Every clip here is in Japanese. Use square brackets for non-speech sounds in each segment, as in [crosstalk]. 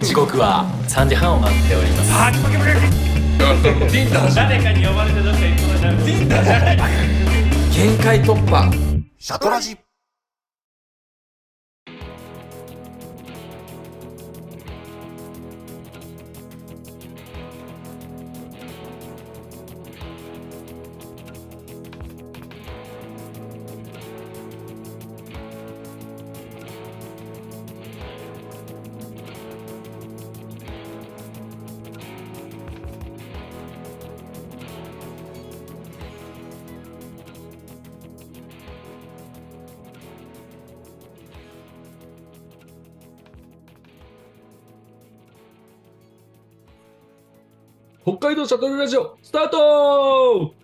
時刻は3時半を回っております誰かに呼ばれてどっか行くことになる限界突破シャトラジ北海道シャトルラジオスタート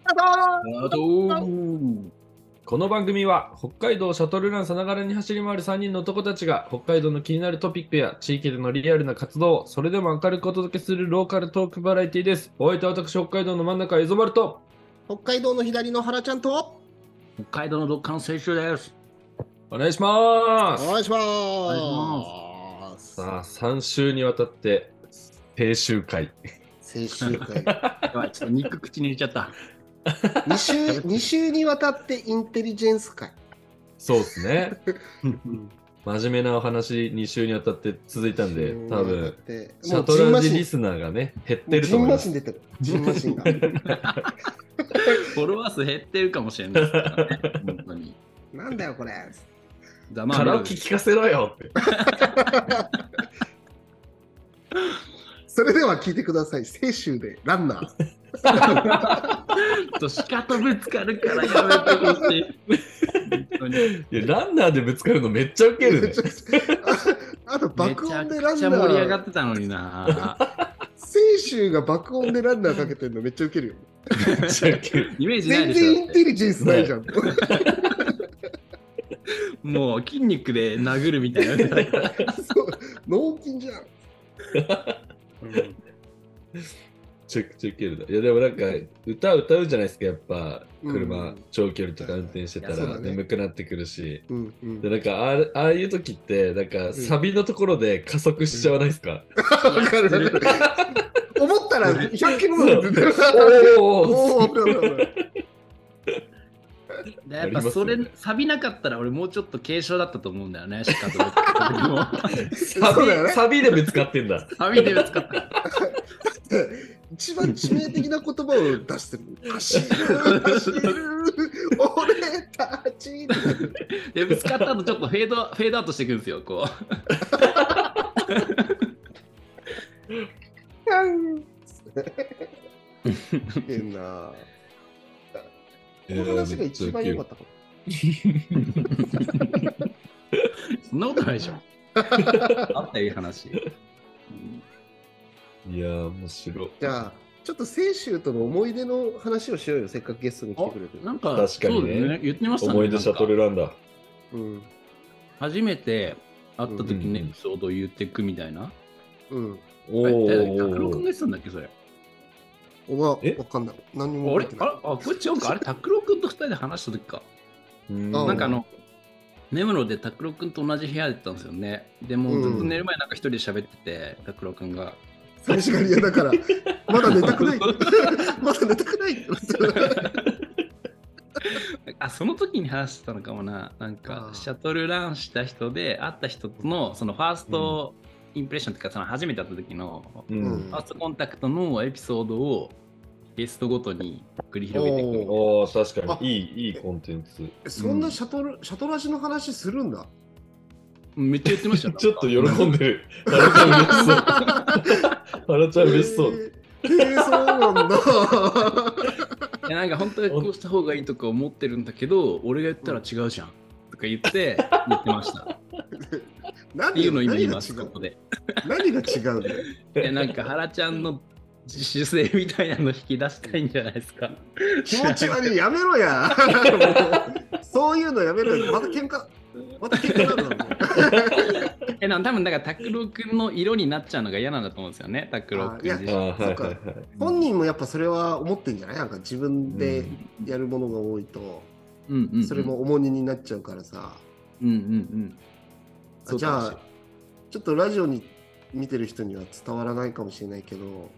この番組は北海道シャトルランさながらに走り回る3人の男たちが北海道の気になるトピックや地域でのリアルな活動をそれでも明るくお届けするローカルトークバラエティです。お相手は私北海道の真ん中エゾバルト。北海道の左の原ちゃんと北海道のどっかの選手です。お願いしまおす願いしま願す。さあ3週にわたって定集会先週会やばい、ちょっと肉口に入れちゃった。 [laughs] 二 [laughs] 週二週にわたってインテリジェンス会。そうですね [laughs] うん真面目なお話2週にわたって続いたんで多分シもャうトジンラマジシリンスナーがね減っもてるうとジン思いマまシすン出てる。ジンマシンが。 [laughs] フォロワー数減ってるかもしれないですからね。本当に。なんだよこれ。ざまあカみラろオケ聞かせろよってそれでは聞いてください。先週でランナー。としかとぶつかるからやめてほしい。本当にいやランナーでぶつかるのめっちゃウ [laughs] ケるねああとめ爆ちゃ音でラくンちナゃ盛り上がーっ。てたのにな。先週が爆音でランナーかけてるのめっちゃウケるよ。めっちゃウケるイメージない全でし然イょン。テリジェンスないじゃん。もう筋肉で殴るみた [laughs] いな。 [laughs] そう脳筋じゃん。チェックチェックウケるだいやでもなんか歌歌うじゃないですかやっぱ車、うん長距離とか運転してたいやそうらだね眠くなってくるし、うんうんでなんかあれああいう時ってなんかサビのところで加速しちゃわないですか、わかるわかる思ったら100キロぐらい出ておる。ーおーおお、そうそうそうでやっぱそれ、ありますよね錆びなかったら俺もうちょっと軽症だったと思うんだよね。しかとぶつかる時も。サ [laughs] そうだよビねサビでぶつかってんだ錆びでぶつかった。一番致命的な言葉を出してる。走る、走る、俺たち。で、ぶつかった後ちょっとフェード、フェードアウトしていくんですよ、こう。変な。こえのー話が一番良かったかも。そんなことないで [laughs] しょ。あったよ、いい話。いやー面白いじゃあ、ちょっと青州との思い出の話をしようよ、せっかくゲストに来てくれてる。なんか、確かにねそうだよ言ってましたね。思い出シャトルなんかランだうん。初めて会った時のエピソードを言ってくみたいな。うん。おえー誰拓郎お君が言ーってたんだっけ、それ。おば、わえかんない。何にもあれ覚えてあない。あ、こっちよく、あれ、拓郎君と二人で話した時か。うんあなんかあの、根室で拓郎君と同じ部屋だったんですよね。でも、ずっと寝る前なんか一人で喋ってて、拓郎君が。寂しがり屋だ [laughs] から、まだ寝たくない。 [laughs] まだ寝たくない。あその時に話してたのかもななんかあーシャトルランした人で会った人とのそのファーストインプレッションというかその初めて会った時のううんフんァーストコンタクトのエピソードをゲストごとに繰り広げていくみたいおお確かにいいいいコンテンツそんなシャトル、シャトラジの話するんだ。なめっちゃ言ってま [laughs] したよちょっとなんか喜んでる。 [laughs] ハラちゃん嬉しそう。ハラちゃん嬉しそう。へー。へーそうなんだ。 [laughs] いやなんか本当はこうした方がいいとか思ってるんだけど俺が言ったら違うじゃんとか言って言ってましたっ何ていうのを今言いが違ますこうこで何が違うんだよ。でなんか原ちゃんの自主性みたいなの引き出したいんじゃないですか気持ち悪い、やめろや。 [laughs] もうそういうのやめろよ。また喧嘩、また喧嘩なるだろえなん多分だから拓郎くんの色になっちゃうのが嫌なんだと思うんですよね拓郎くん自あ身ーそはういかはいはい。う。本人もやっぱそれは思ってんじゃないなんか自分でやるものが多いと、うんうんうんそれも重荷になっちゃうからさ。うんうんうんじゃあ、ちょっとラジオに見てる人には伝わらないかもしれないけど、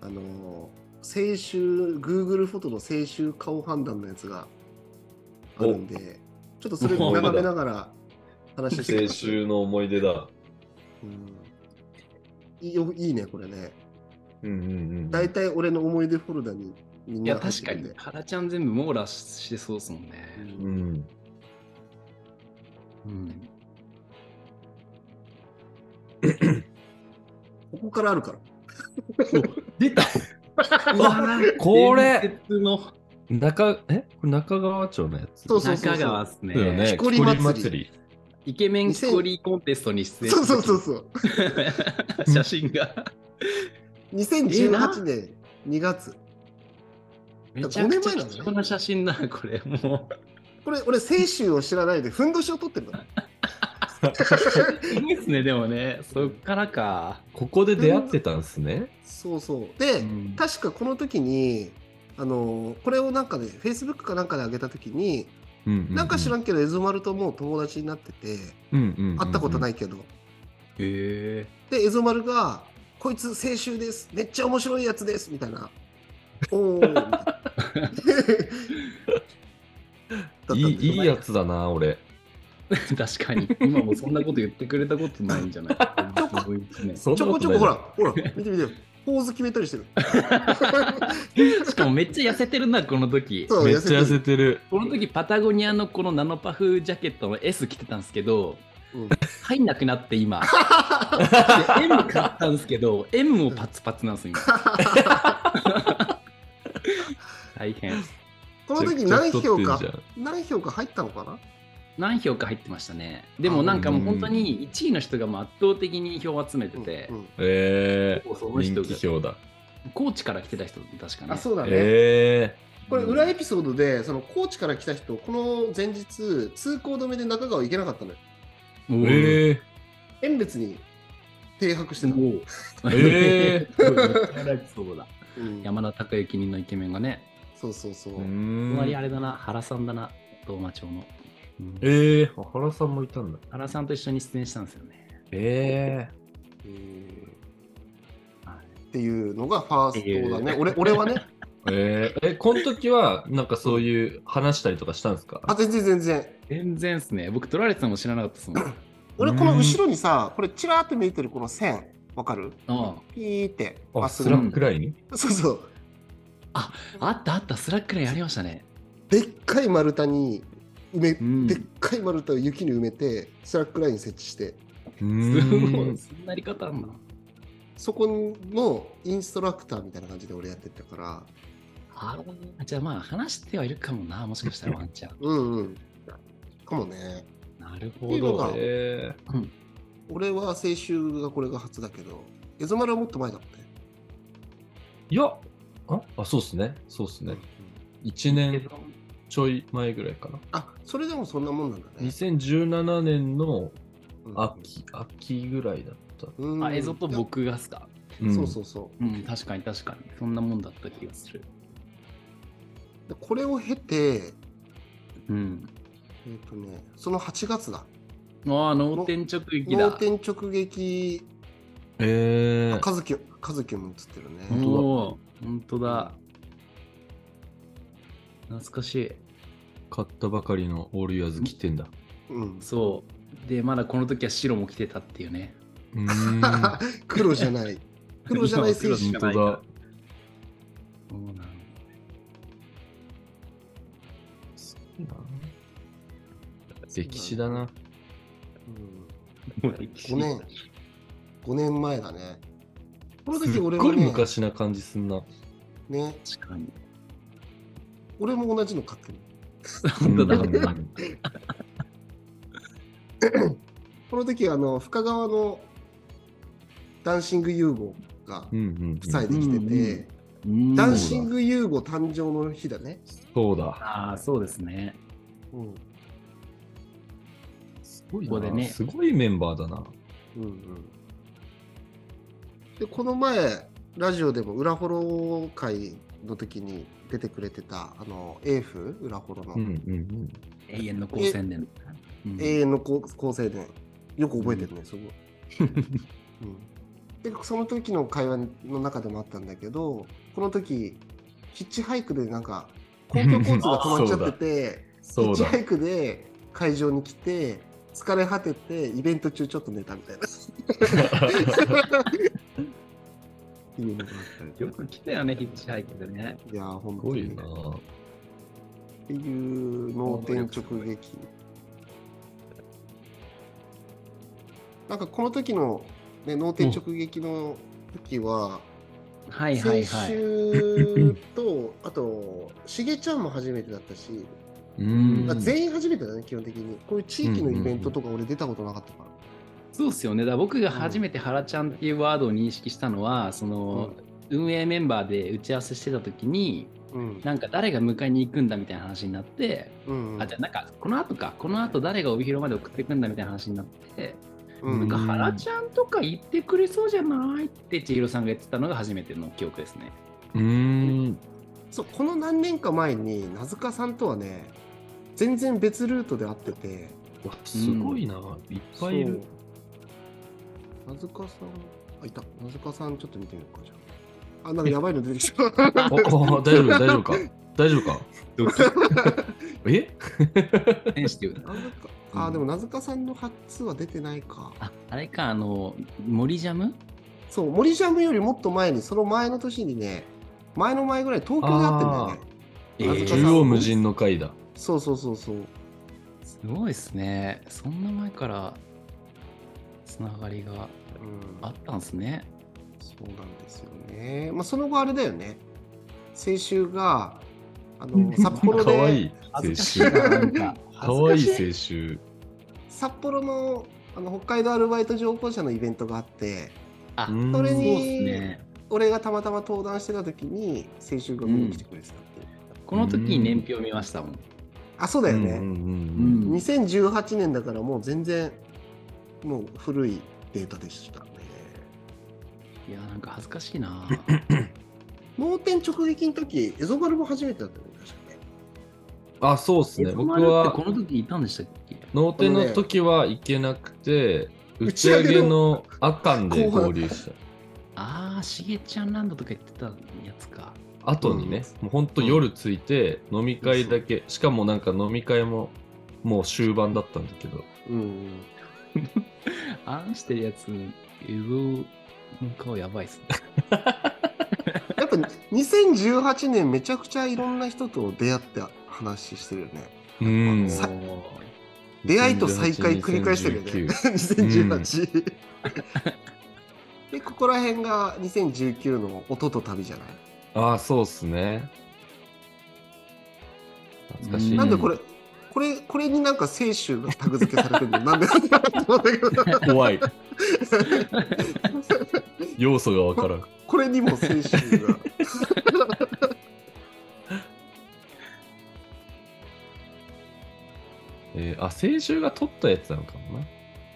あの、青春、Google フォトの青春顔判断のやつがあるんで、ちょっとそれお眺めながら話して青春の思い出だ。うんいいよいいね、これね。うんうんうん。大体俺の思い出フォルダにみんいや、な入っ確てかるんで。に、原ちゃん全部網羅してそうですもんね。うん。うん。ここからあるから。出 [laughs] たこれ伝説の中、えこれ中川町のやつそうそうそう中そう川。ですねだよね。木こり祭り木こりイケメンスコリーコンテストに出演そうそうそうそう。う [laughs] 写真が。 2018年2月。めちゃくちゃ貴重な写真だな、これ。もこれ、俺、青州を知らないで、ふんどしを取ってるんだ。う。いいですね、でもね。そっからか。ここで出会ってたんですね。そうそう。で、うん確かこの時に、あのこれをなんかね、Facebook かなんかで上げた時に、うんうんうなんか知らんんけど、エズマルともう友達になってて、うんうんうんうん。。会ったことないいけど。へえ。で、エゾマルが、こいつ青春です。めっちゃ面白いやつです。みたいな。お [laughs] お。みたいなだったんいでいいいやつだな、俺。 [laughs] 確かに。今もそんなこと言ってくれたことないんじゃないすごいですねそんちなょことちょないこほら、ほら、見て見て。ポーズ決めたりしてる。しかもめっちゃ痩せてるな、この時。そう、めっちゃ痩てせるてる。この時パタゴニアのこのナノパフジャケットの S 着てたんですけど、うん入んなくなって [laughs] 今で M 買ったんですけど M もパツパツなんですよ [laughs] 今大変この時何票めちゃくちゃ太ってんかじ、ゃん何票か入ったのかな何票か入ってましたねでもなんかもう本当に1位の人がもう圧倒的に票を集めてて、うんうんえそー。の人人が気票だ。高知から来てた人確かねあ、そうだね。えこれ、裏エピソードで、その、高知から来た人、この前日、通行止めで中川行けなかったのよ。おー。ーえ遠別に停泊してたの。おーえそうだう [laughs] ん山田孝之人のイケメンがねそうそうそうー。。つまりあん。れだな、原さんだな、東馬町の。うんえー。あ原さんもいたんだ。原さんと一緒に出演したんですよね。えうんはいっていうのがファーストだね。俺俺はね、ー。えー。え、この時は、なんかそういう話したりとかしたんですかあ、全然全然。全然っすね。僕、取られてたのも知らなかったですもん。あ俺、この後ろにさ、これ、ちらーって見えてるこの線、わかるあピーって、まあ、っスすぐラ。ックラインそうそう。あったあった、スラックラインありましたね。でっかい丸太に埋め、うんでっかい丸太を雪に埋めて、スラックライン設置して、うすごーいんそんなやり方あんな。そこのインストラクターみたいな感じで俺やってったから、ああ、じゃあまあ、話してはいるかもな、もしかしたらワン [laughs] ちゃん。うんうん。かもね。なるいほいのかど。えー俺は青春がこれが初だけど、エゾマルはもっと前だもんね。いや、あ、あそうっすね。そうっすね。1年ちょい前ぐらいかな。あ、それでもそんなもんなんだね。 2017年のうん秋、秋ぐらいだった。うんあ、映像と僕がっすか。んそうそうそうん、確かに確かに。そんなもんだった気がする。う。でこれを経て、うん。えっ、とね、その8月だ。ああ、脳天直撃脳だ。天直撃、えー。カズキ、カズキも映ってるね。本当だおー本当だ。懐かしい。買ったばかりのオールユアーズ着てんだ。うん。そう。で、まだこの時は白も着てたっていうね。うーん。本黒じゃない。 [laughs] 黒じゃない選今は黒し手か。当だ。そうなんだ歴史だな。うん。もう歴史5年。5年前だね。この時俺すっもごいね、昔な感じすんな。ね確かに。俺も同じの買ってる。本当だ。うんこの時、あの、深川のダンシング融合がうんうん。夫妻で来てて、うんダンシング融合誕生の日だね。そうだ。ああ、そうですね。うん。すごいここでねな。すごいメンバーだな。うんうん。で、この前、ラジオでも裏フォロ会の時に出てくれてた、あの、エーフ、裏フォロの、うんうん永遠の高専で。うん [laughs] 永遠の高校生で、よく覚えてるね、すごい。うん、でその時の会話の中でもあったんだけどこの時ヒッチハイクでなんか公共交通が止まっちゃっててヒそッうチだハイクで会場に来て疲れ果ててイベント中ちょっと寝たみたいな。 [laughs] っていうのがあったりとよかく来たよね、ヒッチハイクでね。いやー本す当ごにいねなっていう脳天直撃。なんかこの時の、ね、脳天直撃の時はは、いはい先はい。週と、あと、しげちゃんも初めてだったし、うんあ全員初めてだね、基本的に。こういう地域のイベントとか俺出たことなかったから。そうっすよね。だから僕が初めてハラちゃんっていうワードを認識したのは、その、運営メンバーで打ち合わせしてた時に、うん。なんか誰が迎えに行くんだみたいな話になって、うんうんあ、じゃあなんかこの後か、この後誰が帯広まで送ってくんだみたいな話になって、うなんんかハラちゃんとか行ってくれそうじゃないって千尋さんが言ってたのが初めての記憶ですね。うんそうこの何年か前に、なずかさんとはね、全然別ルートで会ってて、わすごいな、いっぱいいる。そう。なずかさん、あ、いた。なずかさん、ちょっと見てみようか、じゃあ。あ、なんかやばいの出てき [laughs] た。おお大丈夫大丈夫か大丈夫 [laughs] かえセンシティブなずかあ、でもなずかさんの初は出てないか。 [laughs] あ、あれか、あの、森ジャムそう、森ジャムよりもっと前に、その前の年にね、前の前ぐらい東京で会ってんだよね。えなずか縦さん横無尽の回だそうそうそうそう。すごいですね。そんな前からつながりがああったんですね。そうなんですよね。まあ、その後あれだよね。先週が、あ [laughs] の、札幌かで。わいい青恥ずかしいな、春なんか。かわいい青恥ずかし春 [laughs] 札幌のあの北海道アルバイト乗降者のイベントがあってあうんそれそうにですね。俺がたまたま登壇してた時に青春が見に来てくれてたっていう、この時に年表見ましたもん。あそうだよね、うんうんうんうん2018年だからもう全然もう古いデータでしたねいや、なんか恥ずかしい [laughs] な。盲点直撃の時エゾバルも初めてだったよね確かねあ、そうっすね。え僕お前だっはてこの時いたんでしたっけ脳天の時は行けなくて、打打ちち上上げげのの阿寒で合流した。ああ、しげちゃんランドとか言ってたやつか。後にね、もうほんと夜着いて、飲み会だけ、しかもなんか飲み会ももう終盤だったんだけど、うんあんしてるやつ、エゾの顔やばいっすね。やっぱ2018年めちゃくちゃいろんな人と出会って話してるよねうんさ出会いと再会繰り返してるよね2018、でここら辺が2019の音と旅じゃない、ああそうっすね懐かしい、うんなんでこれこれこれになんか清酒がタグ付けされてるのなんでなんで怖い要素がわからんこれにも清酒がえー、あ青春が撮ったやつなのかもな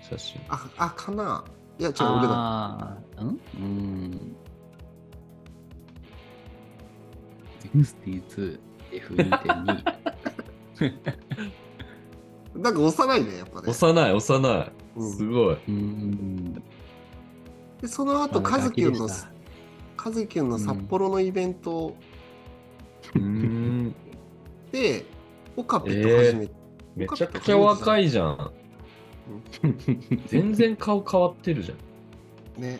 写真ああかないや違う俺だああー、うんうん。62F2.2。なんか幼いねやっぱね、幼い幼ういんすごい、うん。でその後カズキュンのカズキュンの札幌のイベントうーんで、オカピと初めて、めちゃくちゃ若いじゃん。全然顔変わってるじゃん。ね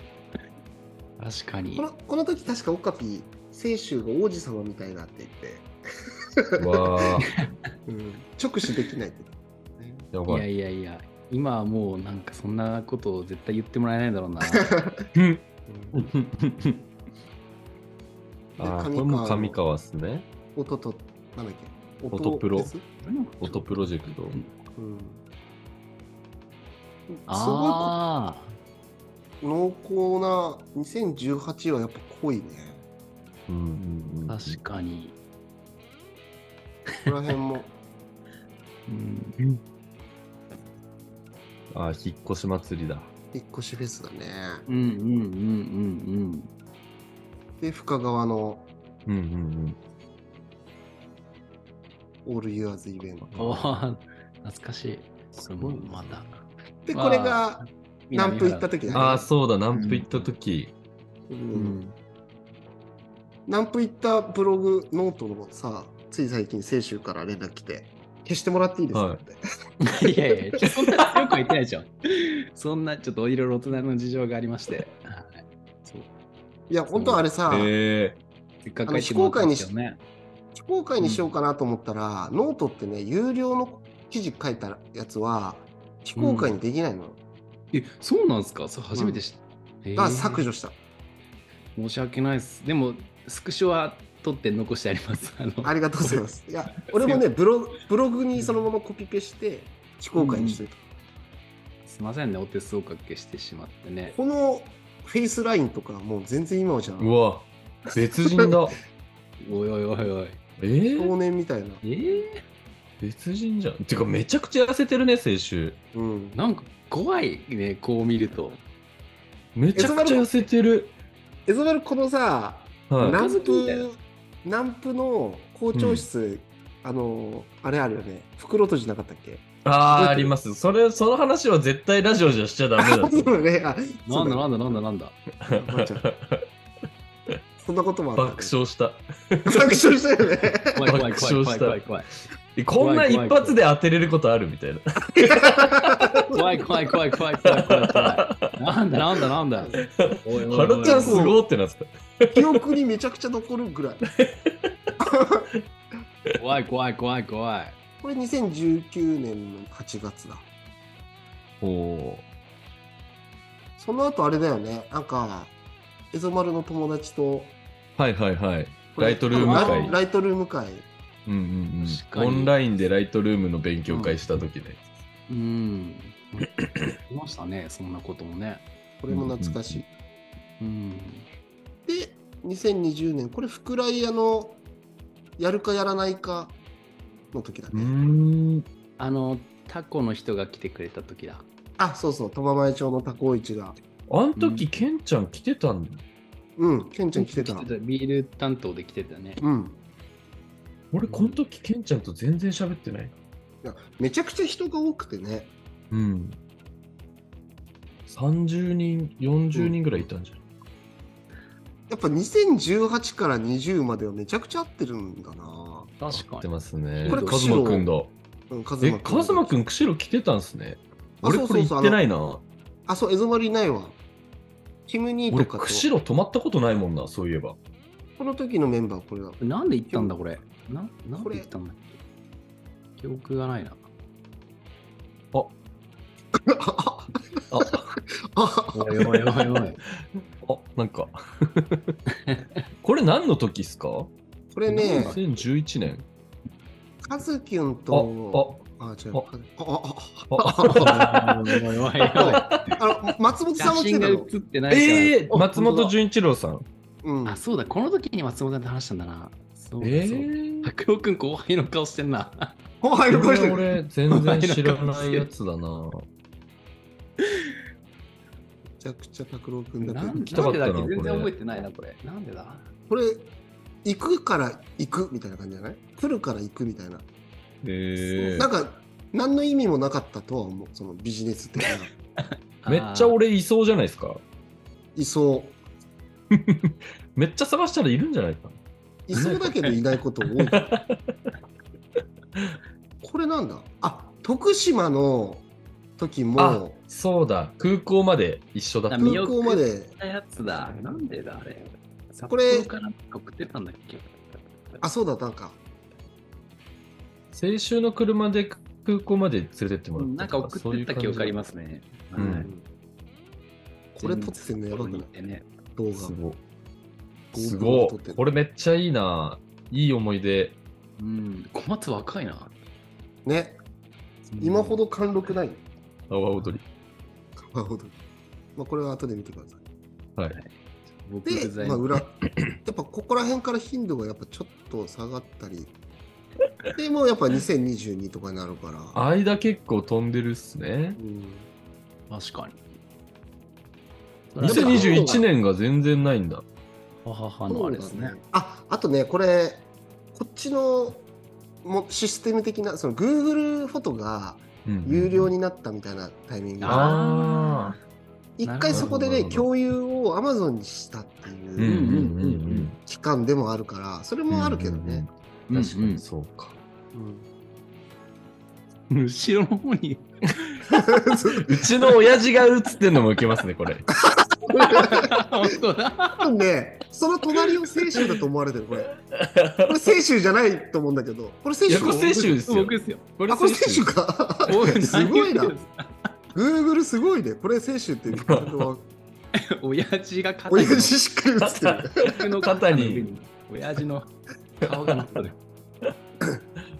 確かこにの。この時確かオカピ清酒が王子様みたいなって言ってわあ、直視できないってやいばやいいやいや、今はもうなんかそんなことを絶対言ってもらえないだろうな。あーこれも上川っすね音となんだっけ音プロですフォトプロジェクトうんすごあい濃厚な2018はやっぱ濃いねうんうんうんあ、確かに。ここら辺もうん、あー引っ越し祭りだ引っ越しフェスだねうんうんうんうんで深川のうんうんオールユアーズイベントうん。おー懐かしい。これもまた。でこれが南部行った時だね。ああ、そうだ、南部行った時。う。うんん。南部行ったブログ、ノートのさ、つい最近、清州から連絡来て、消してもらっていいですかはいって。いやいや、ちょそんな強くは言ってないでしょ。そんなちょっといろいろ大人の事情がありまして。はいそういや、本当はあれさ、えせっかく帰ってもらったんですけどね。非公開にしようかなと思ったら、ノートってね、有料の記事書いたやつは、非公開にできないの。え、そうなんですかそう初めて知った。だから削除。除した。申し訳ないです。でも、スクショは取って残してあります。あのありがとうございます。いや、俺もね、ブログブログにそのままコピペして、非公開にしてると。すいませんね、お手数をおかけしてしまってね。このフェイスラインとか、もう全然今はじゃ。ー、うんわ、別人 [laughs] だ。おいおいおいおい。えー、少年みたいな。えー、別人じゃん。てか、めちゃくちゃ痩せてるね、青春。うん。なんか怖いね、こう見ると。めちゃくちゃ痩せてる。エゾバル、このさ、は南赤ずきみたいな部、南部の校長室、あの、あれあるよね。袋閉じなかったっけい。ああ、あります。それ、その話は絶対ラジオじゃしちゃダメだ [laughs] と [laughs] あ、そうだね。なあんだそなうんだなんだ [laughs] なんだ。だねばあちゃんそんなこともあったね爆笑した。爆笑したよね。怖い怖い怖い怖い怖い怖い。えこんな一発で当てれることあるみたいな。怖い怖い怖い怖い怖い怖い怖い。なんだなんだなんだ。おいおいおいハラちゃんすごーってなってた。記憶にめちゃくちゃ残るぐらい。怖い怖い怖い怖い。これ2019年の8月だ。おおその後あれだよね。なんか、エゾマルの友達と、ー。はいはいはい。これライトルームあ会ラ。ライトルーム会。うんうん確うん。かにオンラインでライトルームの勉強会した時ね。うん。いましたね、そんなこともね。これも懐かしい。うん。で、2020年、これ、福来屋のやるかやらないかの時だうーね。ん。あの、タコの人が来てくれた時だ。あ、そうそう、苫前町のタコ市が。あん時、ケンちゃん来てたんうん、ケンちゃん来てた。ビール担当で来てたね。うん。俺、この時、ケンちゃんと全然喋ってない。いやめちゃくちゃ人が多くてね。うん。30人、40人ぐらいいたんじゃない、やっぱ2018から20まではめちゃくちゃ合ってるんだな。確かってに。ますね。これカズマくんだ。うん、カえ、マカズマくん、釧路来てたんすね。あ俺、そうこそうれそう行ってないな。あ、そう、エゾマルいないわ。キムニー俺、とかと、釧路泊まったことないもんな、そういえば。この時のメンバー [laughs] これだ。なんで行ったんだこれ。ななんこでれ行ったんだっけ記憶がないな。ああ、あおいおいおいおい。あ、なんか。 [laughs] これ何の時っすかこれね、 ?2011 年。カズキュンあ、あ、と、あ、違う。あ、あ、おいおいおいおい。あ、あの、松本写さんも来て真がた映の。ってないから。ええー、あ松本純一郎さん。うん。あ、そうだ、この時に松本さんと話したんだな。そうだええそうだー。拓郎くん後輩の顔してんな。後輩のこ声してれる。俺全然知らないやつだな。めちゃくちゃ拓郎くんだなっんた。きたなかんったでだなっけ全然こ覚れえてないな、これ。なんでだこれ、行くから行くみたいな感じじゃない来るから行くみたいな。えなんか、何の意味もなかったとは思う。そのビジネス的な。めっちゃあー俺いそうじゃないですか。いそう。めっちゃ探したらいるんじゃないかな。いそうだけどいないこと多 [laughs] いから。これなんだあ徳島の時あもそうだ、空港まで一緒だったあ。見空よ港までやったやつだ。なんでだあれ。これ札幌から送ってたんだっけあそうだったんか先週の車で空港まで連れてってもらったと。なんか送そういってたう感記じ憶ありますね。うはんいこれ撮ってんのやばくない全然動す画ごい。 GoPro すご撮ってい。るこれめっちゃいいな。いい思い出。うん。小松若いな。ね今ほど貫禄ない阿波踊り。今ほどまあこれは後で見てくださはい。僕い不で、在まあ、の裏 [clears throat] やっぱここら辺から頻度がやっぱちょっと下がったりでもうやっぱ2022とかになるから間結構飛んでるっすねう。ん確かに。 2021年が全然ないんだ。母のあれですね。ああとねこれこっちのもシステム的なその Google フォトがうん有料になったみたいなタイミングあがあ一回そこでなるね、ほど共有を Amazon にしたってうんういんううんうん期間でもあるから、それうん。もあるけどね。うん確かにそうか。うん後ろの方に。うちの親父が映ってんのもウケますね、こ [laughs] れ。本当だ。うん、ね、その隣を清州だと思われてる、これ。これ清州じゃないと思うんだけど、これ清いや、州これ青春ですよ。僕ですよ。こあ、これ清州か。すごいな。Google すごいね。これ清州って言ってるのは、親父が肩親に父しっかり映ってる。僕のの上に。 [laughs] 親父の顔が乗ってる。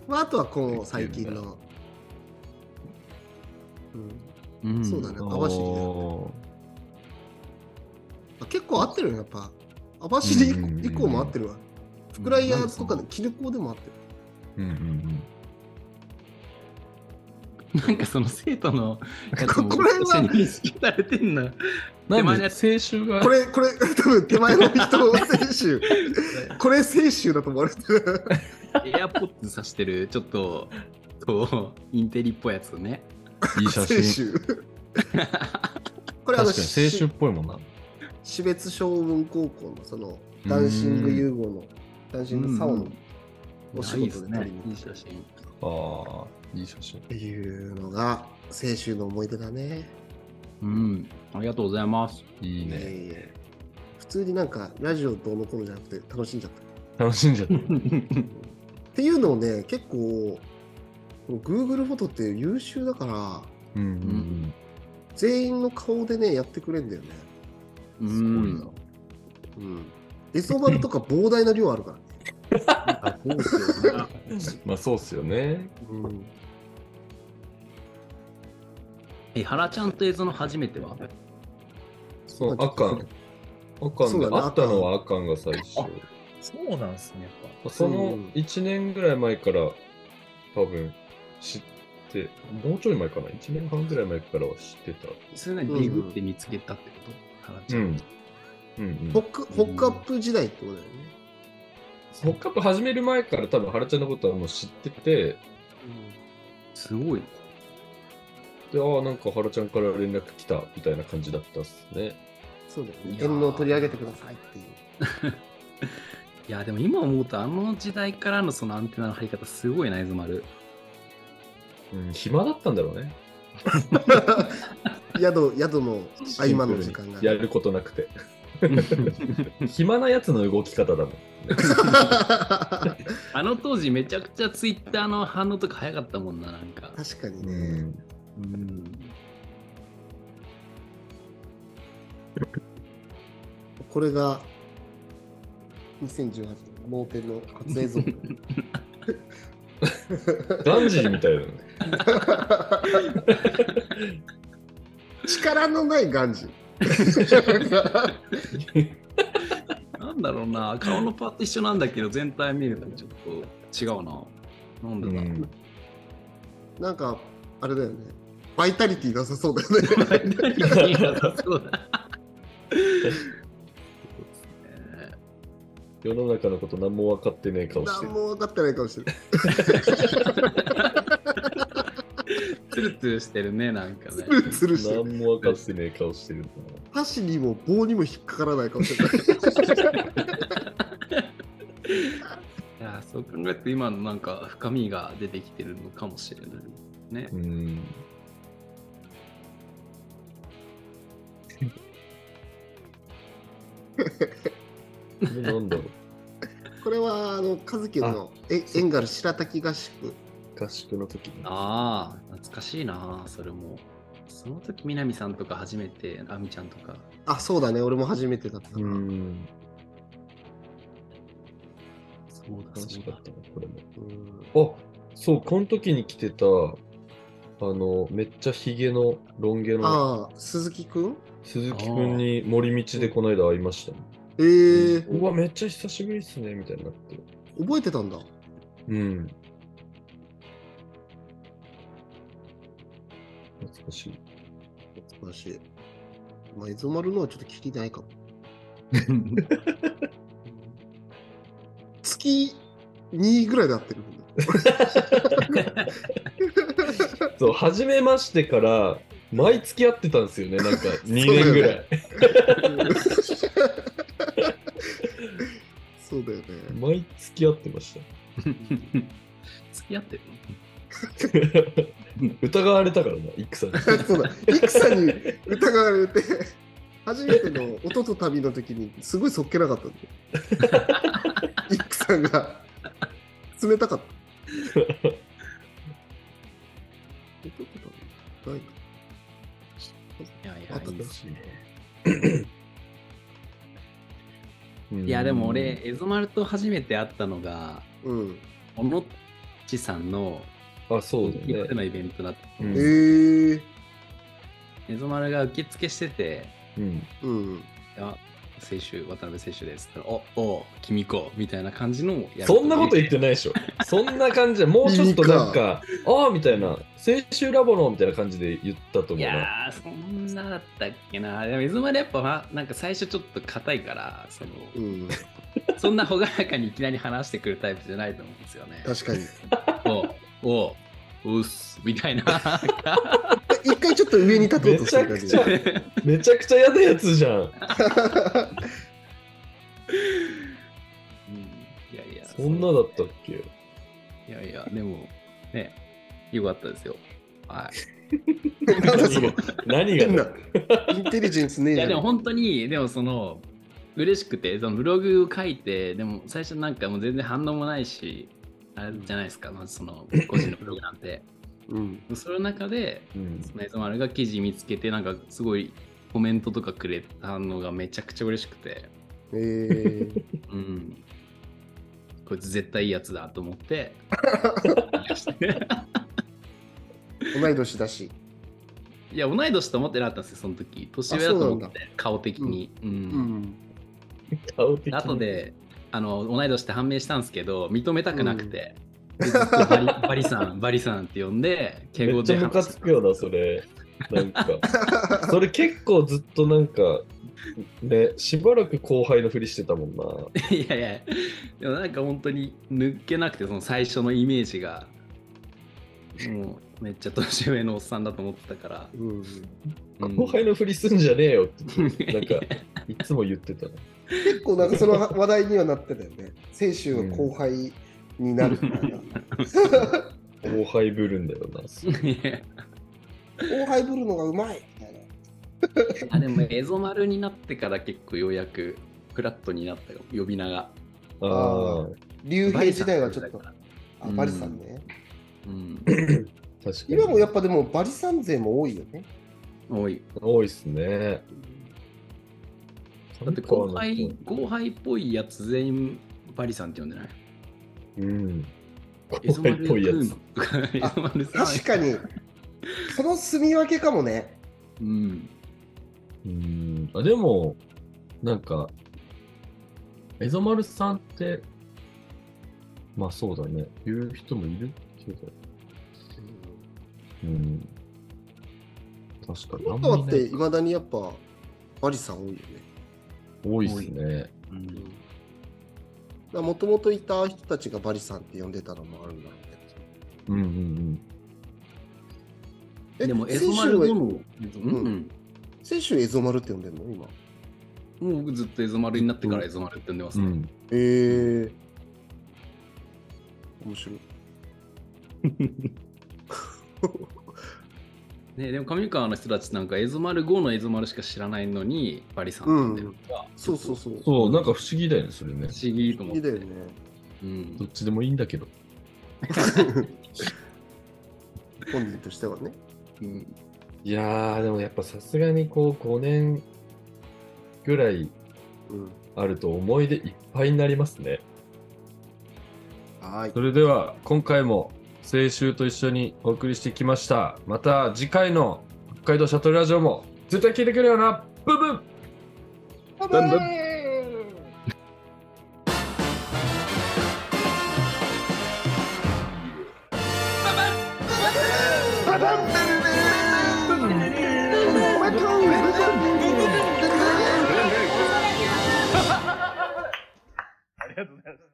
まあ、あとはこの最近の。うんうんそうだね網走だよおあ結構合ってるよ、やっぱ。網走以降以降も合ってるわ。ーフクライヤーズとかで、キルコーでも合ってる。うんうんうん。なんかその生徒のやつもここれは一緒に認識されてんな。な手前んでの青や春がこれ、これ、多分手前の人は清州。これ清州だと思われてる。エアポッツさしてる、ちょっと、こう、インテリっぽいやつね。いい写清真。州。これあ確かに青の、春しっぽいもんな。標別小文高校のその、ダンシング融合の、ダンシングサオのお仕いいで事すで撮りねに。いい行った写っ真。ああ、いい写真。ていうのが、清州の思い出だね。うん。ありがとうございます。いいいね。やいや普通になんか、ラジオどうのこうのじゃなくて、楽しんじゃった。楽しんじ [laughs] ゃった。っていうのをね結構この Google フォトって優秀だからうんうん全員の顔でねやってくれんだよね、ううん。ん。すごいうん、エソバルとか膨大な量あるから、ねあそうですよねなまあそうっすよね。うん、え、原ちゃんと映像の初めてはそうまあアカン。アカそンうだねが、あったのはアカンが最初。そうなんすね、やっぱ。そうのん1年ぐらい前から多分知って、もうちょい前かな ?1 年半ぐらい前からは知ってそれなりにデグって見つけたってこと原ちた。ゃ。うんん。うんうん、ホックホックアップ時代ってことだよね、ホックアップ始める前から多分原ちゃんのことはもう知ってて、すごい。で、ああ、なんか原ちゃんから連絡来たみたいな感じだったっすね。そうだよねいやー天皇取り上げてくださいっていういや、でも今思うと、あの時代からのそのアンテナの張り方、すごいナイズ丸。うん、暇だったんだろうね。宿宿の合間の時間がやることなくて。 [laughs] 暇なやつの動き方だもん。あの当時、めちゃくちゃツイッターの反応とか早かったもんな、なんか。 [laughs] 確かにね、うん。これが2018年盲点の初映像ガンジーみたいだ [laughs] ね。力のないガンジなんだろうな、顔のパーツ一緒なんだけど、全体見るとちょっと違うな。なんだろうな。なんか、あれだよね。バイタリティなさそうだよね。そうだ。世の中のこと何も分かってねえ顔して何る。も分かってないかもしれない。ツルツルしてるね、なんかねツ。ルツルしてる。何も分かってねえ顔してるな。箸にも棒にも引っかからないかもしれない。いや、そう考えると、今のなんか深みが出てきてるのかもしれない。ねう。ん。これなんだろうこれは、あの、和樹のえエンガル白滝合宿。合宿の時に。ああ、懐かしいな、それも。その時、みなみさんとか初めて、あみちゃんとか。あ、そうだね。俺も初めてだったな。ううんん。そうだ、楽しそうかだっ。たな、これも。あそう、この時に着てた、あの、めっちゃヒゲの、ロン毛の、ああ、鈴木くん鈴木くんに森道でこの間会いましたね、えー、うわ、めっちゃ久しぶりっすね、みたいになって。覚えてたんだ。うん。懐かしい。素晴らしい。まあ、エゾマルのはちょっと聞きないかも。月2ぐらいで合ってる。そう、初めましてから、毎月会ってたんですよね、 [laughs] なんか2年ぐらい。 [laughs] そうだよね。毎月会ってまし [laughs] 付き合ってるた。 [laughs] 疑われたからな、イクさんに。そうだ、イクさんに疑われて、初めての音と旅の時に、すごいそっけなかったんだよ。イクさんが、冷たかった。音と旅ないのいやいあったやいいんだですねうんいやでも俺、エゾマルと初めて会ったのがうん。小野っちさんのあ、そうだやっよてね。のイベントだったうえんー。エゾマルが受付しててうんうん。 「あ青春渡辺青春です」って言ったら「おお君子」みたいな感じのやり取りそんなこと言ってないでしょ。そんな感じで、もうちょっとなんか、ああみたいな、青春ラボのみたいな感じで言ったと思ういな。やーそんなだったっけなでもエゾマルやっぱななんか最初ちょっと硬いからそのうん。そんな朗らかにいきなり話してくるタイプじゃないと思うんですよね確かに。おおうっすみ [laughs] たいな一回ちょっと上に立とうとしてる感じめちゃくちゃめちゃくちゃ嫌なやつじゃん。いやいやそんなだったっけいやいやでもねよかったですよはい [laughs] なんだその、何変がな。インテリジェンスねいえじやゃん。でも本当にでもその嬉しくてそのブログを書いてでも最初なんかもう全然反応もないしあれじゃないですかまずその個人のブログなんてうん。その中でうんそのエゾマルが記事見つけてなんかすごいコメントとかくれたのがめちゃくちゃ嬉しくてえー。うんこいつ絶対いいやつだと思って [laughs] 同い年だし。いや同い年と思ってなかったんですよその時年上だと思って顔的にうん、うん。顔的に後であの同い年って判明したんですけど認めたくなくて、ずっとバリ [laughs] バリさんバリさんって呼んで敬め語っちでゃムカ話しつくよな、それ。なんか。それ結構ずっとなんか、ね、しばらく後輩のふりしてたもんな。て [laughs] いやいやでもなんか本当に抜けなくてその最初のイメージがもうめっちゃ年上のおっさんだと思ってたから、 [laughs] うん。うん後輩のふりすんじゃねえよって、なん [laughs] かい、いつも言ってたな。結構なんかその話題にはなってたよね。選手は後輩になるから、後輩ぶるんだよな。いや後輩ぶるのがうまいみたいな。あでもエゾ丸になってから結構ようやくフラットになったよ呼び名がああ、竜兵時代はちょっとバリさん、てあ、バリさんね。呼ばれ [laughs] てたから確かに。今もやっぱでもバリさん勢も多いよね。うん多い多いっすね。だって後輩、後輩っぽいやつ全員バリさんって呼んでないうん。後輩っぽいやつ。つ。エゾマルさん確かに、その住み分けかもね。うん。うん。あ、でも、なんか、エゾマルさんって、まあそうだね。言う人もいるけど。うん。確かに。本当はっあんまてりいまだにやっぱバリさん多いよね。多いですね。うんもともといた人たちがバリさんって呼んでたのもあるんだろううんうんけど。でも、エゾ選マ手ルはでも、うん。選手エゾマルって呼んでんの今。もう僕ずっとエゾマルになってからエゾマルって呼んでますうね。ん。えー、面白い。ね、でも上川の人たちなんかエゾマル5のエゾマルしか知らないのにバリさんって呼んでるのがそうそうそう。そう、なんか不思議だよね、それね。不思議と思いっいだて。よね。うんどっちでもいいんだけど。本人としてはね。うんいやー、でもやっぱさすがにこう、5年ぐらいうん。あると思い出いっぱいになりますね。はい。それでは今回も青春と一緒にお送りしてきましたまた次回の北海道シャトルラジオも絶対聞いてくれよなブンブンありがとうございます。